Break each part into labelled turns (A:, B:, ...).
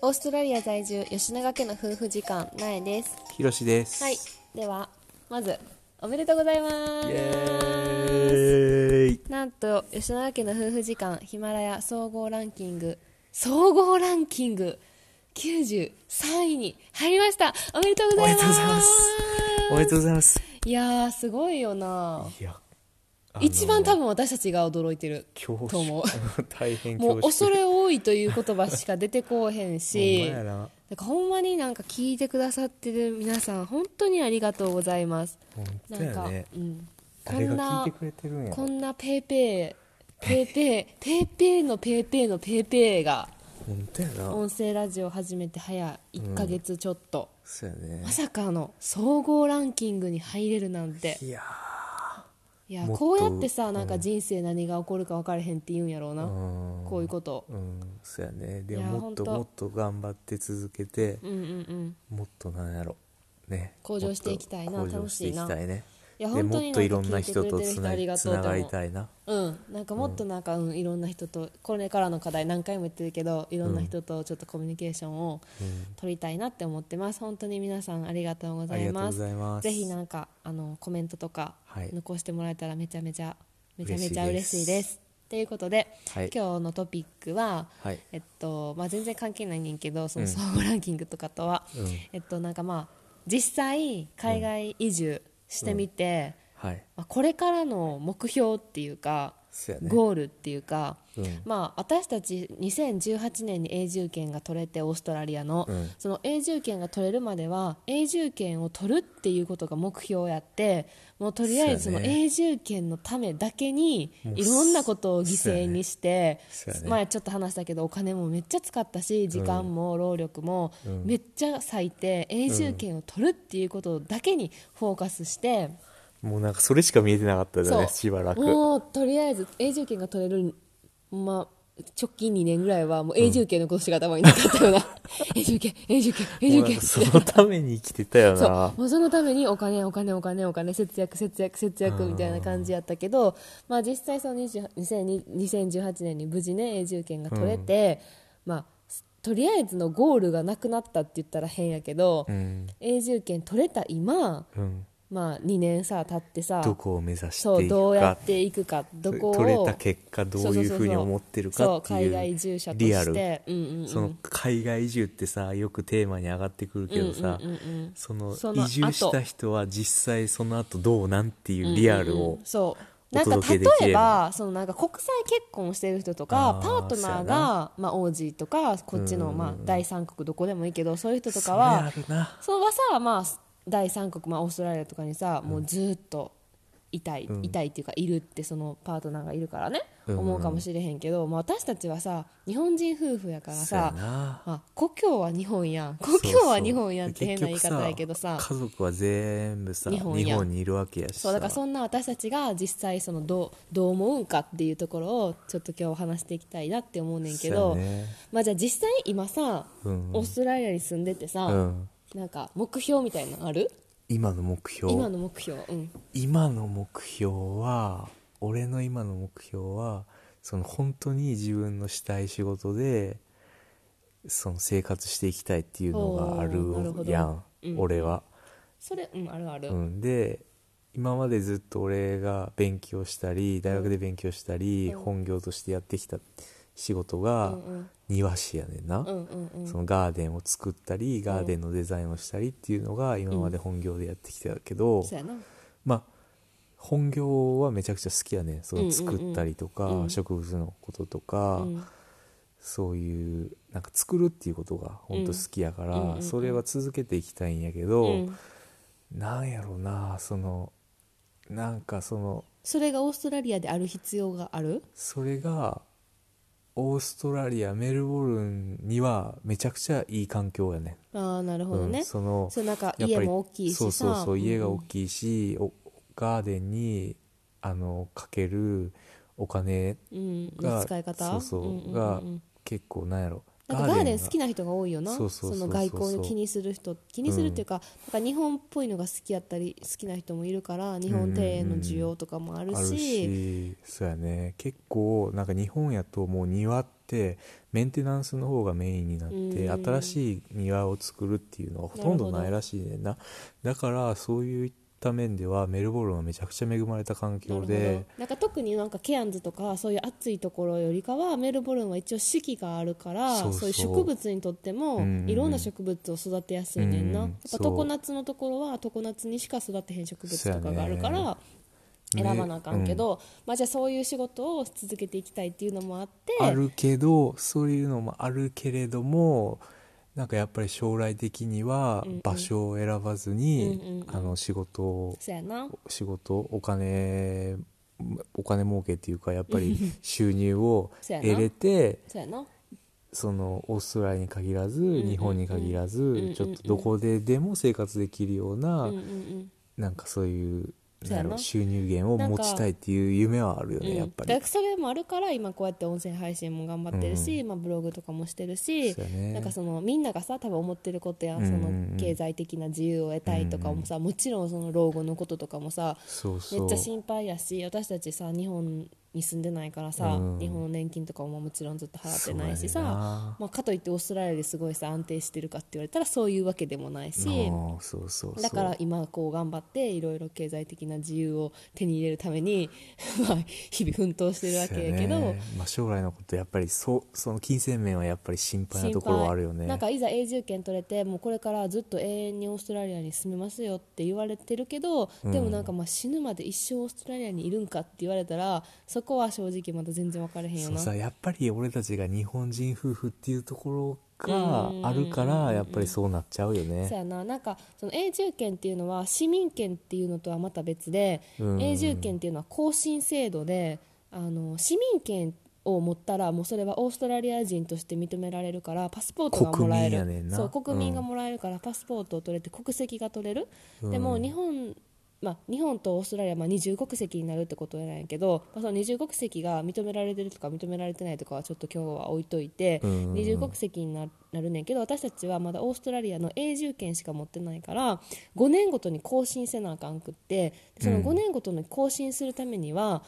A: オーストラリア在住吉永家の夫婦時間苗です
B: ひろしです。
A: はい
B: イ
A: ではまずおめでとうございます
B: エーイ。
A: なんと吉永家の夫婦時間ヒマラヤ総合ランキング総合ランキング93位に入りましたおめでとうございます
B: おめでとうございますおめでとうございます。
A: いやーすごいよない
B: や、あの
A: 一番多分私たちが驚いてる
B: 恐
A: と思
B: 縮。 大変恐
A: もう
B: 縮。
A: 恐れ多いという言葉しか出てこうへんし
B: ほんまやな
A: なんかほんまになんか聞いてくださってる皆さん本当にありがとうございます
B: 本当
A: なんか、
B: やね。
A: うん、こ
B: 誰
A: ん
B: が聞い
A: な
B: てくれてるんやろ
A: こんなペーペーペーペーペーペーのペーペーのペーペーが
B: 本当やな。
A: 音声ラジオ始めて早1ヶ月ちょっと、
B: そうやね
A: ま。さかの総合ランキングに入れるなんて
B: いや
A: いや
B: もっと
A: こうやってさなんか人生何が起こるか分からへんって言うんやろうな、
B: ー、うん。
A: こういうこと
B: うん、そうやね。で
A: いや
B: ももっと
A: ほんと
B: もっと頑張って続けて、
A: うんうんうん
B: もっとなんやろ。ね。
A: 向上していきたいな
B: もっと向上していきたいね。
A: いや
B: で
A: 本当
B: も
A: に
B: っとい
A: な
B: ろ
A: ん
B: ん
A: か
B: な
A: 聞いてく
B: 人
A: れ
B: と
A: てる
B: つ
A: 人
B: な
A: ありが
B: つ
A: とう
B: な
A: と
B: が
A: 思
B: り
A: う
B: たいな。
A: うん、なんかもっとなんか、うんいろんな人とこれからの課題何回も言ってるけどいろんな人とちょっとコミュニケーションを
B: うん
A: 取りたいなって思ってます本当に皆さんありがとうござ
B: あ
A: い
B: りがとう
A: ま
B: ご
A: す
B: ざいます。
A: ぜひなんかあのコメントとか
B: はい
A: 残してもらえたらめちゃめちゃめちゃめちゃ
B: 嬉しいで
A: 嬉
B: す
A: しいですということで、
B: はい
A: 今日のトピックは、
B: はい
A: えっとまあ、全然関係ないねんけどその
B: うん
A: 総合ランキングとかとは、
B: うん
A: えっとなんかまあ実際海外移住してみて、
B: はい。
A: まあ、これからの目標っていうか、
B: そうやね。
A: ゴールっていうか、
B: うん
A: まあ、私たち2018年に永住権が取れてオーストラリアの、
B: うん
A: その永住権が取れるまでは永住権を取るっていうことが目標やってもうとりあえずそ
B: そ
A: の
B: うやね
A: 永住権のためだけに
B: もう
A: いろんなことを犠牲にして、
B: そうやね
A: 前ちょっと話したけどお金もめっちゃ使ったし時間も労力も
B: うん
A: めっちゃ割いて永住権を取るっていうことだけにフォーカスして。
B: もうなんかそれしか見えてなかったじゃ
A: そう
B: ねしばらく
A: もうとりあえず永住権が取れる、まあ、直近2年ぐらいはもう永住権のことしか頭になかったよう な永住権永住権永住
B: もうなん
A: 権
B: かそのために生きてたよ
A: そ
B: な
A: うもうそのためにお金お金お金お金節約節約節約みたいな感じやったけど、まあ、実際その20 2020 2018年に無事ね永住権が取れて、まあ、とりあえずのゴールがなくなったって言ったら変やけど、
B: うん、
A: 永住権取れた今、
B: うん、
A: まあ、2年さ経ってさ
B: どこを目指し
A: そ
B: て
A: う
B: い
A: どう
B: く
A: や
B: か
A: っていくかどこを
B: 取れた結果どういうふうに思ってるかって
A: そう海
B: い
A: 外移
B: う
A: 住者と
B: リアル
A: してうんうんうん
B: その海外移住ってさよくテーマに上がってくるけどさ、
A: うんうんうんうん
B: その
A: その
B: 移住した人は実際その後どうなんっていうリアル
A: うんうん
B: を
A: うんそうな
B: お
A: んか
B: 届けできれば
A: 例えばそのなんか国際結婚してる人とか
B: あー
A: パートナー
B: そうや
A: が、まあ、王子とかこっちの、
B: うん
A: まあ、第三国どこでもいいけどそういう人と
B: そ
A: か
B: れ
A: は
B: あるな
A: そのはさ、まあ、第三国、まあ、オーストラリアとかにさ、もうずっといたい、
B: うん
A: いたいっていうかいるってそのパートナーがいるからね、
B: うん
A: 思うかもしれへんけど、まあ、私たちはさ日本人夫婦やから
B: そう
A: さ
B: やな
A: あ故郷は日本やん故郷は日本やんって変な言い方やけどさ
B: 結局家族は全部さ
A: 日
B: 日
A: 本
B: 本
A: やん
B: にいるわけやしさ
A: そうだからそんな私たちが実際そのどうどう思うんかっていうところをちょっと今日お話していきたいなって思うねんけど、
B: そうやね
A: まあじゃあ実際今さ、
B: うん
A: オーストラリアに住んでてさ、
B: うん
A: なんか目標みたいなのある
B: 今の目標
A: 今の目標、うん、
B: 今の目標は俺の今の目標はその本当に自分のしたい仕事でその生活していきたいっていうのがあ
A: おーなるほ
B: る
A: ど
B: やん、
A: うん
B: 俺は。
A: それうんあるある、
B: うん、で今までずっと俺が勉強したり大学で勉強したり、
A: うん
B: 本業としてやってきた仕事
A: うん
B: が
A: うん
B: 庭師やねんな。
A: うんうんうん
B: そのガーデンを作ったりガーデンのデザインをしたりっていうのが今まで本業でやってきてたけど、
A: そうやな
B: まあ本業はめちゃくちゃ好きやねそ
A: うんうんう
B: の
A: ん
B: 作ったりとか、
A: うん
B: 植物のこととか、
A: うん
B: そういうなんか作るっていうことが本当好きやから、
A: うんうんうんうん
B: それは続けていきたいんやけど、
A: うん
B: なんやろうなそのなんかその
A: それがオーストラリアである必要がある
B: それがオーストラリアメルボルンにはめちゃくちゃいい環境やね。
A: ああなるほどね、
B: うん、
A: そ
B: その
A: うなんか
B: やっぱ
A: 家
B: り
A: も大きいしさ
B: そうそうそう家が大
A: い、
B: きいし、おガーデンにあのかけるお金
A: うんうん、
B: が
A: 使い方
B: そうそう
A: うんうんうんうん
B: が結構なんやろ
A: なんかガ
B: ガーデンが
A: ーデン好きな人が多いよな
B: そうそうそうそう
A: の外交に気にする人気にするっていうか,、なんか日本っぽいのが好きやったり好きな人もいるから日本庭園の需要とかもあるし,、
B: あるしそうやね結構なんか日本やともう庭ってメンテナンスの方がメインになって、
A: うん
B: 新しい庭を作るっていうのはほとんど
A: なるほど
B: ないらしいねんなだからそういった面ではメルボルンはめちゃくちゃ恵まれた環
A: なる
B: 境
A: ほ
B: で
A: どなんか特になんかケアンズとかそういう暑いところよりかはメルボルンは一応四季があるから
B: そうそう
A: いう植物にとっても
B: うんうん
A: いろんな植物を育てやすいねんな、
B: うん
A: やっ
B: そ
A: ぱ
B: う
A: 常夏のところは常夏にしか育てへん植物とかがあるか
B: そうや
A: ら
B: ね
A: 選ばなあかんけど、まあ、じゃあそういう仕事を続けていきたいっていうのもあって
B: あるけどそういうのもあるけれどもなんかやっぱり将来的には
A: うんうん
B: 場所を選ばずに、
A: うんうんうん
B: あの仕事を
A: そうやな
B: 仕事お金お金儲けっていうかやっ ぱり収入を
A: そうや
B: 得
A: な
B: れて
A: そうやな
B: そのオーストラリアに限らず
A: んうん
B: 日本に限ら
A: んうんう
B: ず
A: ん
B: ちょっとどこででも生活できるよう
A: うん
B: な
A: うんうん
B: なんかそういう
A: そう
B: なん
A: やな
B: やろ収入源を持ちたいっていう夢はあるよ
A: うん
B: ねやっぱり
A: だからそれもあるから今こうやって音声配信も頑張ってるし、まあ、ブログとかもしてるし、
B: そうやね
A: なんかそのみんながさ多分思ってることや
B: うん
A: ん
B: う
A: そ
B: んうん
A: の経済的な自由を得たいとかもさ、もちろんその老後のこととかもさ
B: そうそ
A: め
B: う
A: っちゃ心配やし私たちさ日本に住んでないからさ、
B: うん
A: 日本の年金とかももちろんずっと払って
B: そうや
A: な
B: ね
A: い
B: ん
A: しさまあ、かといってオーストラリアですごいさ安定してるかって言われたらそういうわけでもないし。
B: うんそうそうそう
A: だから今こう頑張っていろいろ経済的な自由を手に入れるために まあ日々奮闘してるわけやけ
B: そう
A: ど
B: やねまあ、将来のことやっぱりそうその金銭面はやっぱり心配なところはあるよね
A: なんかいざ永住権取れてもうこれからずっと永遠にオーストラリアに住めますよって言われてるけど、でもなんかまあ死ぬまで一生オーストラリアにいるんかって言われたらそこは正直まだ全然分からへんよ
B: そう
A: な
B: さやっぱり俺たちが日本人夫婦っていうところがあるからやっぱりそうなっちゃうよね
A: そうやななんかその永住権っていうのは市民権っていうのとはまた別で、
B: うん
A: 永住権っていうのは更新制度であの市民権を持ったらもうそれはオーストラリア人として認められるからパスポートがもらえ
B: 国民やねん
A: る
B: な
A: そう国民がもらえるからパスポートを取れて国籍が取れる、
B: うん
A: でも日本まあ、日本とオーストラリアはまあ二重国籍になるってことなんやけど、まあ、その二重国籍が認められてるとか認められてないとかはちょっと今日は置いといて、
B: うん
A: 二重国籍にななるねんけど私たちはまだオーストラリアの永住権しか持ってないから5年ごとに更新せなあかんくってでその5年ごとに更新するためには、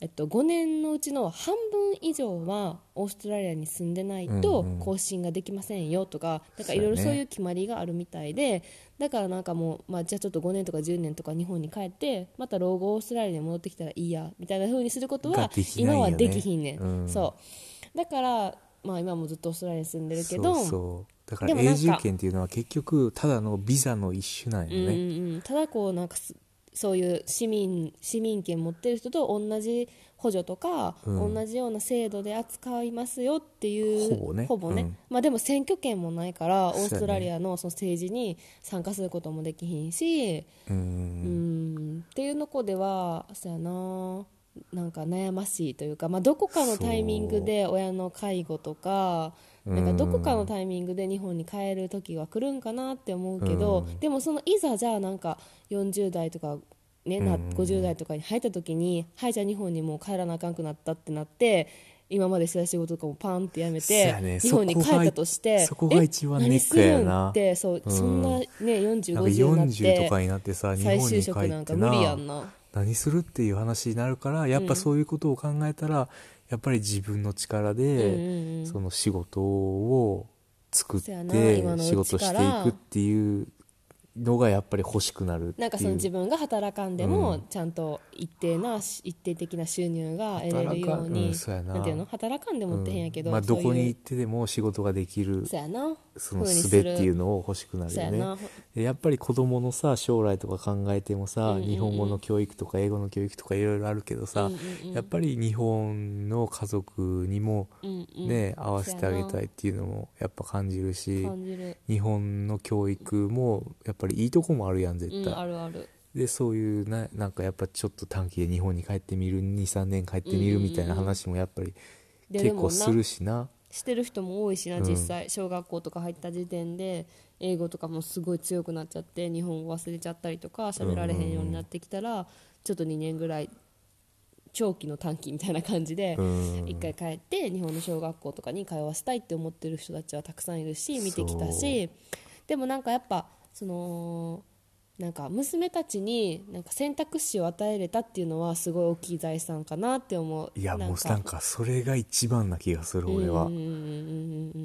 A: えっと、5年のうちの半分以上はオーストラリアに住んでないと
B: うんうん
A: 更新ができませんよとか、なんか
B: そうや
A: い
B: ね
A: ろいろそういう決まりがあるみたいでだからなんかもう、まあ、じゃあちょっと5年とか10年とか日本に帰ってまた老後オーストラリアに戻ってきたらいいやみたいな風にすること
B: が
A: は
B: できないよね
A: 今はできひんねん、
B: うん
A: そうだから、まあ、今もずっとオーストラリアに住んでるけど
B: そうそうだから
A: でもなん
B: 永
A: か
B: 住権っていうのは結局ただのビザの一種なん
A: うん
B: よね、
A: うんうん、ただこうなんかすそういう市民市民権持ってる人と同じ補助とか、
B: うん
A: 同じような制度で扱いますよっていう
B: ほぼねうん
A: まあ、でも選挙権もないからオ
B: そうやね
A: ーストラリアのその政治に参加することもできひんし、
B: う
A: うんん、っていうのこではそうやななんか悩ましいというか、まあ、どこかのタイミングで親の介護とかなんかどこかのタイミングで日本に帰る時が来るんかなって思うけど、
B: うん
A: でもそのいざじゃあなんか40代とか、ねな
B: うん
A: 50代とかに入った時にはいじゃあ日本にもう帰らなあかんくなったってなって今までしてた仕事とかもパンってやめ
B: そう
A: て、
B: やね
A: 日本に帰ったとして
B: そこが
A: え
B: 一番ネックやよな
A: 何するんってそう、
B: うん
A: そんな、ね、
B: なんか
A: 4050になっ
B: 40とか
A: て
B: になってさ日本
A: 再
B: に
A: 就
B: 帰って
A: 職なんか無理や
B: なん
A: な。
B: 何するっていう話になるからやっぱそういうことを考えたら、やっぱり自分の力で、
A: うんうんうん
B: その仕事を作っ
A: そやな
B: て
A: 今のうち
B: 仕事していくっていうのがやっぱり欲しくなるっていう
A: なんかその自分が働かんで
B: うん
A: もちゃんと一定な、し一定的な収入が得れるように
B: 働かんうんそうやな
A: なんていうの働かんでもってへんやけど、
B: うんまあ、
A: そ
B: ど
A: ういう
B: こに行ってでも仕事ができる
A: そうやな
B: その
A: 風に
B: 術
A: する
B: っていうのを欲しくなる
A: そう
B: よ
A: やな
B: ねでやっぱり子供のさ将来とか考えてもさ、
A: うんうんうん
B: 日本語の教育とか英語の教育とかいろいろあるけどさ、
A: うんうんうん
B: やっぱり日本の家族にも
A: うんうん
B: ね、合わせてあげたいっていうのもやっぱ感じるし
A: 感じる、
B: 日本の教育もやっぱりいいとこもあるやん絶
A: うん、
B: 対、
A: あるある
B: でそういうななんかやっぱちょっと短期で日本に帰ってみる23年帰ってみるみたいな話もやっぱり
A: で
B: 結
A: で
B: 構
A: も
B: す
A: な
B: るしな
A: してる人も多いしな
B: うん
A: 実際、小学校とか入った時点で英語とかもすごい強くなっちゃって日本語忘れちゃったりとか喋られへんようになってきたら、ちょっと2年ぐらい長期の短期みたいな感じで
B: うん
A: 一回帰って日本の小学校とかに通わせたいって思ってる人たちはたくさんいるし見てきたしでもなんかやっぱそのなんか娘たちになんか選択肢を与えれたっていうのはすごい大きい財産かなって思う
B: いやもうなんかそれが一番な気がする俺は
A: うんうんうんうんう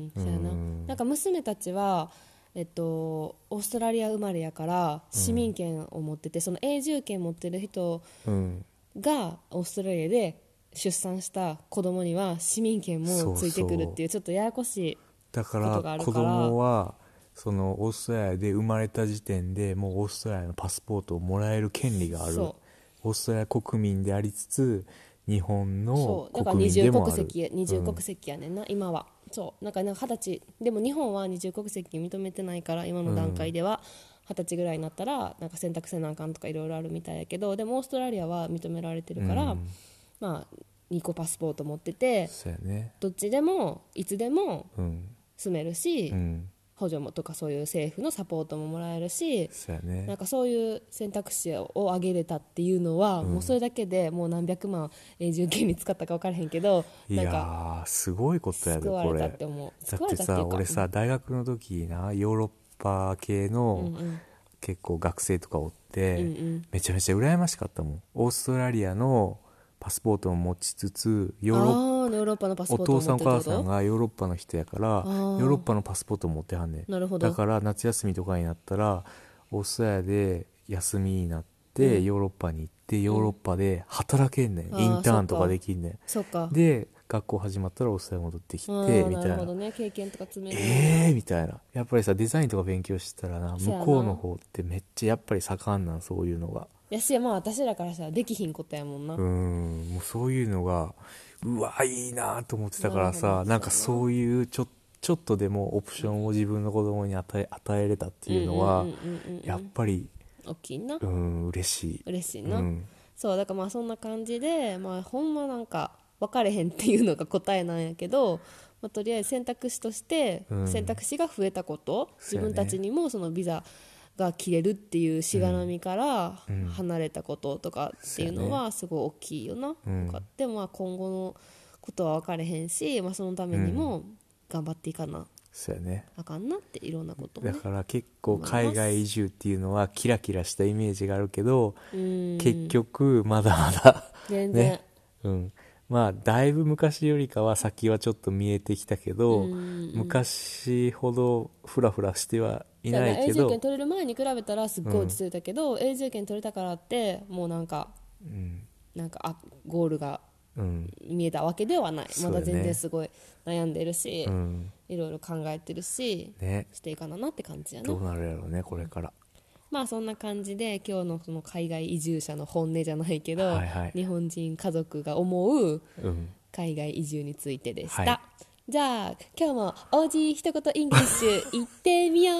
A: んそうやな
B: うん
A: なんか娘たちはえっと、オーストラリア生まれやから市民権を持ってて、その永住権持ってる人
B: うん
A: がオーストラリアで出産した子供には市民権もついてくるっていうちょっとややこしい
B: だか
A: ことがあ
B: ら
A: る
B: 子
A: から
B: 供はそのオーストラリアで生まれた時点でもうオーストラリアのパスポートをもらえる権利がある
A: そ
B: オーストラリア国民でありつつ日本の
A: そうだから
B: 国民で
A: 20
B: もあ
A: 国
B: る
A: 籍二重
B: うん
A: 国籍やねんな、今はそうなんかなんか二十歳でも日本は二重国籍認めてないから今の段階では二十歳ぐらいになったらなんか選択せなあかんとかいろいろあるみたいやけどでもオーストラリアは認められてるから、
B: うん
A: まあ2個パスポート持ってて
B: そうやね
A: どっちでもいつでも
B: うん
A: 住めるし、
B: うん
A: 補助もとかそういう政府のサポートももらえるし
B: そうや
A: なん
B: ね
A: かそういう選択肢を上げれたっていうのは、もうそれだけでもう何百万永住権に使ったか分からへんけど
B: い
A: なん
B: や
A: か
B: ーすごいことやで
A: 救わ
B: こ
A: れた
B: れ
A: って思う
B: だ
A: 救
B: っ
A: わ
B: て
A: れたってい
B: さ
A: うか
B: 俺さ大学の時なヨーロッパ系の、
A: うんうん
B: 結構学生とかおっ
A: う
B: て、
A: んうん
B: めちゃめちゃ羨ましかったもんオーストラリアのパスポートも持ちつつヨーロッ
A: あーヨーロッパのパスポ
B: お
A: ートを持
B: 父さんお
A: ってる
B: 母
A: ってこと
B: さんがヨーロッパの人やからヨ
A: ー
B: ーロッパのパスポート持ってはんねん
A: なるほど
B: だから夏休みとかになったらオーストラリアで休みになっ
A: う
B: て、
A: ん
B: ヨーロッパに行ってヨーロッパで働けんねん、
A: あー
B: インターンと
A: そっか
B: かできんね
A: そっか
B: んで学校始まったらオーストラリア戻ってき
A: あ
B: て
A: ー
B: みたい
A: る
B: な
A: ほどね経験とか詰める
B: えー、みたいなやっぱりさデザインとか勉強してたらな
A: そうやな
B: 向こうの方ってめっちゃやっぱり盛んなんそういうのが
A: やしまあ私らからしたらできひんことやもんな、
B: うーんもうそういうのがうわいいなと思ってたから
A: なる
B: さ
A: ほど
B: なんかそういうちょちょっとでもオプションを自分の子供に与え与えれたっていうのは
A: んうんうんうんうん
B: やっぱり
A: 大きいな、
B: うん嬉しい
A: 嬉しいうな、
B: ん
A: そうだからまあそんな感じで、まあ、ほんまなんか分かれへんっていうのが答えなんやけど、まあ、とりあえず選択肢として
B: うん
A: 選択肢が増えたこと、
B: そ
A: 自
B: うやね
A: 分たちにもそのビザが切れるっていうしがらみから
B: うん
A: 離れたこととかっていうの
B: そうや
A: はすごい大きいよな、
B: うん
A: とかでもまあ今後のことは分かれへんし、まあ、そのためにも頑張っていかな
B: そうやね
A: あかんなっていろんなことをね
B: だ。から結構海外移住っていうのはキラキラしたイメージがあるけど
A: うん
B: 結局まだまだ
A: 全然、
B: ねうん、まあだいぶ昔よりかは先はちょっと見えてきたけど、
A: うんうん
B: 昔ほどフラフラしてはいないけ
A: 永住
B: ど
A: 権、取れる前に比べたらすっごい落ち着いたけど、永住権取れたからってもうなんか
B: うん
A: なんかあゴールが
B: うん
A: 見えたわけではない、
B: そう
A: ま
B: だね
A: だ全然すごい悩んでるし、
B: うん
A: いろいろ考えてるし、
B: ね
A: していかななって感じやな
B: どうなるやろうねこれから
A: まあそんな感じで今日のその海外移住者の本音じゃないけど、
B: はいはい
A: 日本人家族が思う
B: うん
A: 海外移住についてでした、
B: はい
A: じゃあ今日も OG 一言イングリッシ ュ行ってみよ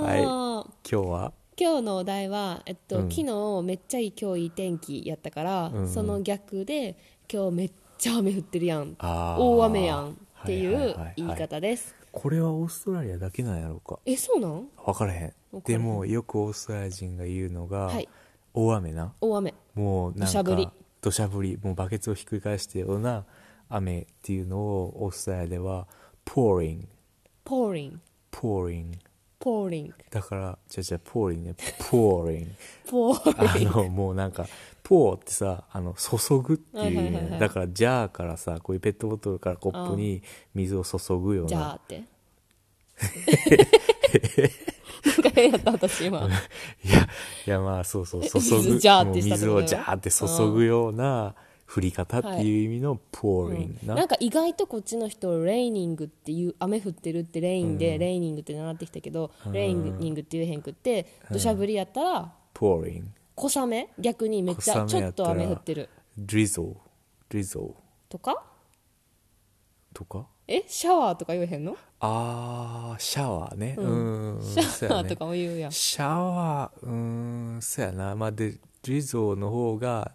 A: う、
B: は今日は
A: 今日のお題は、えっと
B: うん
A: 昨日めっちゃいい今日いい天気やったから、
B: うん
A: その逆で今日めっちゃ雨降ってるやん
B: あー
A: 大雨やんってい
B: はいはいうはいはい
A: 言い方です、
B: これはオーストラリアだけなんやろうか
A: えそうなん
B: 分からへん
A: 分からへ
B: で
A: ん
B: もよくオーストラリア人が言うのが、
A: はい
B: 大雨な
A: 大雨
B: もうな
A: 土
B: ん
A: 砂降り
B: か土砂降りもうバケツをひっくり返したような雨っていうのをオーストラリアでは pouring
A: pouring
B: pouring
A: pouring
B: だからじゃじゃ pouring ね pouring
A: pouring
B: あのもうなんか pour ってさあの注ぐっていう意
A: はい
B: 味
A: は
B: な
A: はい
B: いの
A: はい
B: だからジャーからさこういうペットボトルからコップに水を注ぐよう
A: じゃあ
B: な
A: って なんか変やった私今
B: いやいやまあそうそう注ぐ
A: 水ジャー
B: も
A: っ
B: う
A: てしたって
B: 水
A: こと
B: をジャーって注ぐような振り方っていう意味の pouring な、
A: なんか意外とこっちの人レイニングっていう雨降ってるってレインで、レイニングって習ってきたけど、レイニングって言えへんくって土砂降りやったら、
B: pouring
A: 小雨逆にめっち
B: 小
A: ゃ
B: 雨
A: ちょ
B: や
A: っ
B: った
A: と
B: ら
A: 雨降ってる
B: drizzle drizzle
A: とか
B: とか
A: えシャワーとか言えへんの
B: あーシャワーねうんシ
A: シャワーとかも言うやん
B: シャワーうーんそやなまあでリゾーの方が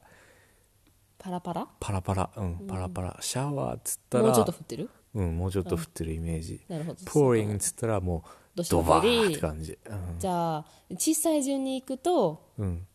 A: パラパラ
B: パラパラうんパラパラ、シャワーっつったら
A: もうちょっと降ってる
B: うんもうちょっと降ってるイメージ、
A: なるほど
B: ポーリンっつったらもう
A: どしゃ
B: ド
A: 降
B: バ
A: り
B: ーって感じ、うん
A: じゃあ小さい順に行くと
B: うん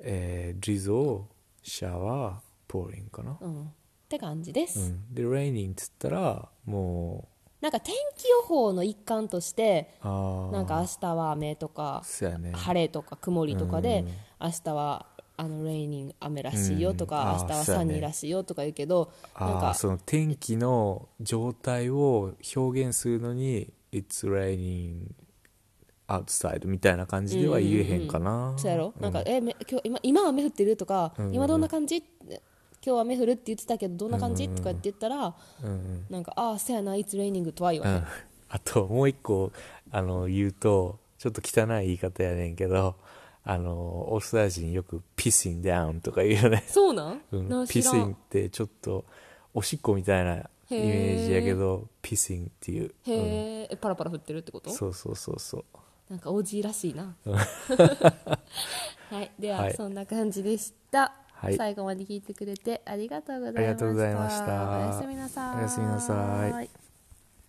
B: えー、リゾーシャワー pouring かな。
A: うん、って感じです、
B: うん。で、raining っつったら、もう、
A: なんか天気予報の一環として
B: ああ。
A: なんか、明日は雨とか
B: そうやね。
A: 晴れとか曇りとかで、
B: うん
A: 明日はあのレイニング雨らしいよと
B: うん
A: か、
B: あー
A: 明日は
B: そうや
A: サ
B: ね
A: ニーらしいよとか言うけど、なん
B: ああ、
A: か
B: その天気の状態を表現するのに、it's raining outside みたいな感じでは言えへんかな。
A: そうやろ、なんか
B: う
A: えめ今日今今雨降ってるとか、
B: うんうん
A: 今どんな感じ今日雨降るって言ってたけどどんな感じ、
B: うんうん
A: とかって言ったら
B: んうん。
A: なんかああそうやな It's raining とは言わ
B: う
A: ない、
B: ん。あと、もう一個、あの、言うと、ちょっと汚い言い方やねんけど、あの、オーストラリア人よく pissing down とか言うよね。
A: そうなん、
B: うん
A: なんか
B: ピ
A: 知ら
B: スインっ
A: ん
B: てちょっとおしっこみたいなイメージやけどピスインっていう、
A: へーえパラパラ降ってるってこ
B: う
A: と
B: んそうそうそうそう
A: なんか OG らしいな はいでは、
B: はい
A: そんな感じでした、
B: はい
A: 最後まで聞いてくれてありがとうございました
B: ありがとうございました
A: おやすみなさい
B: おやすみなさい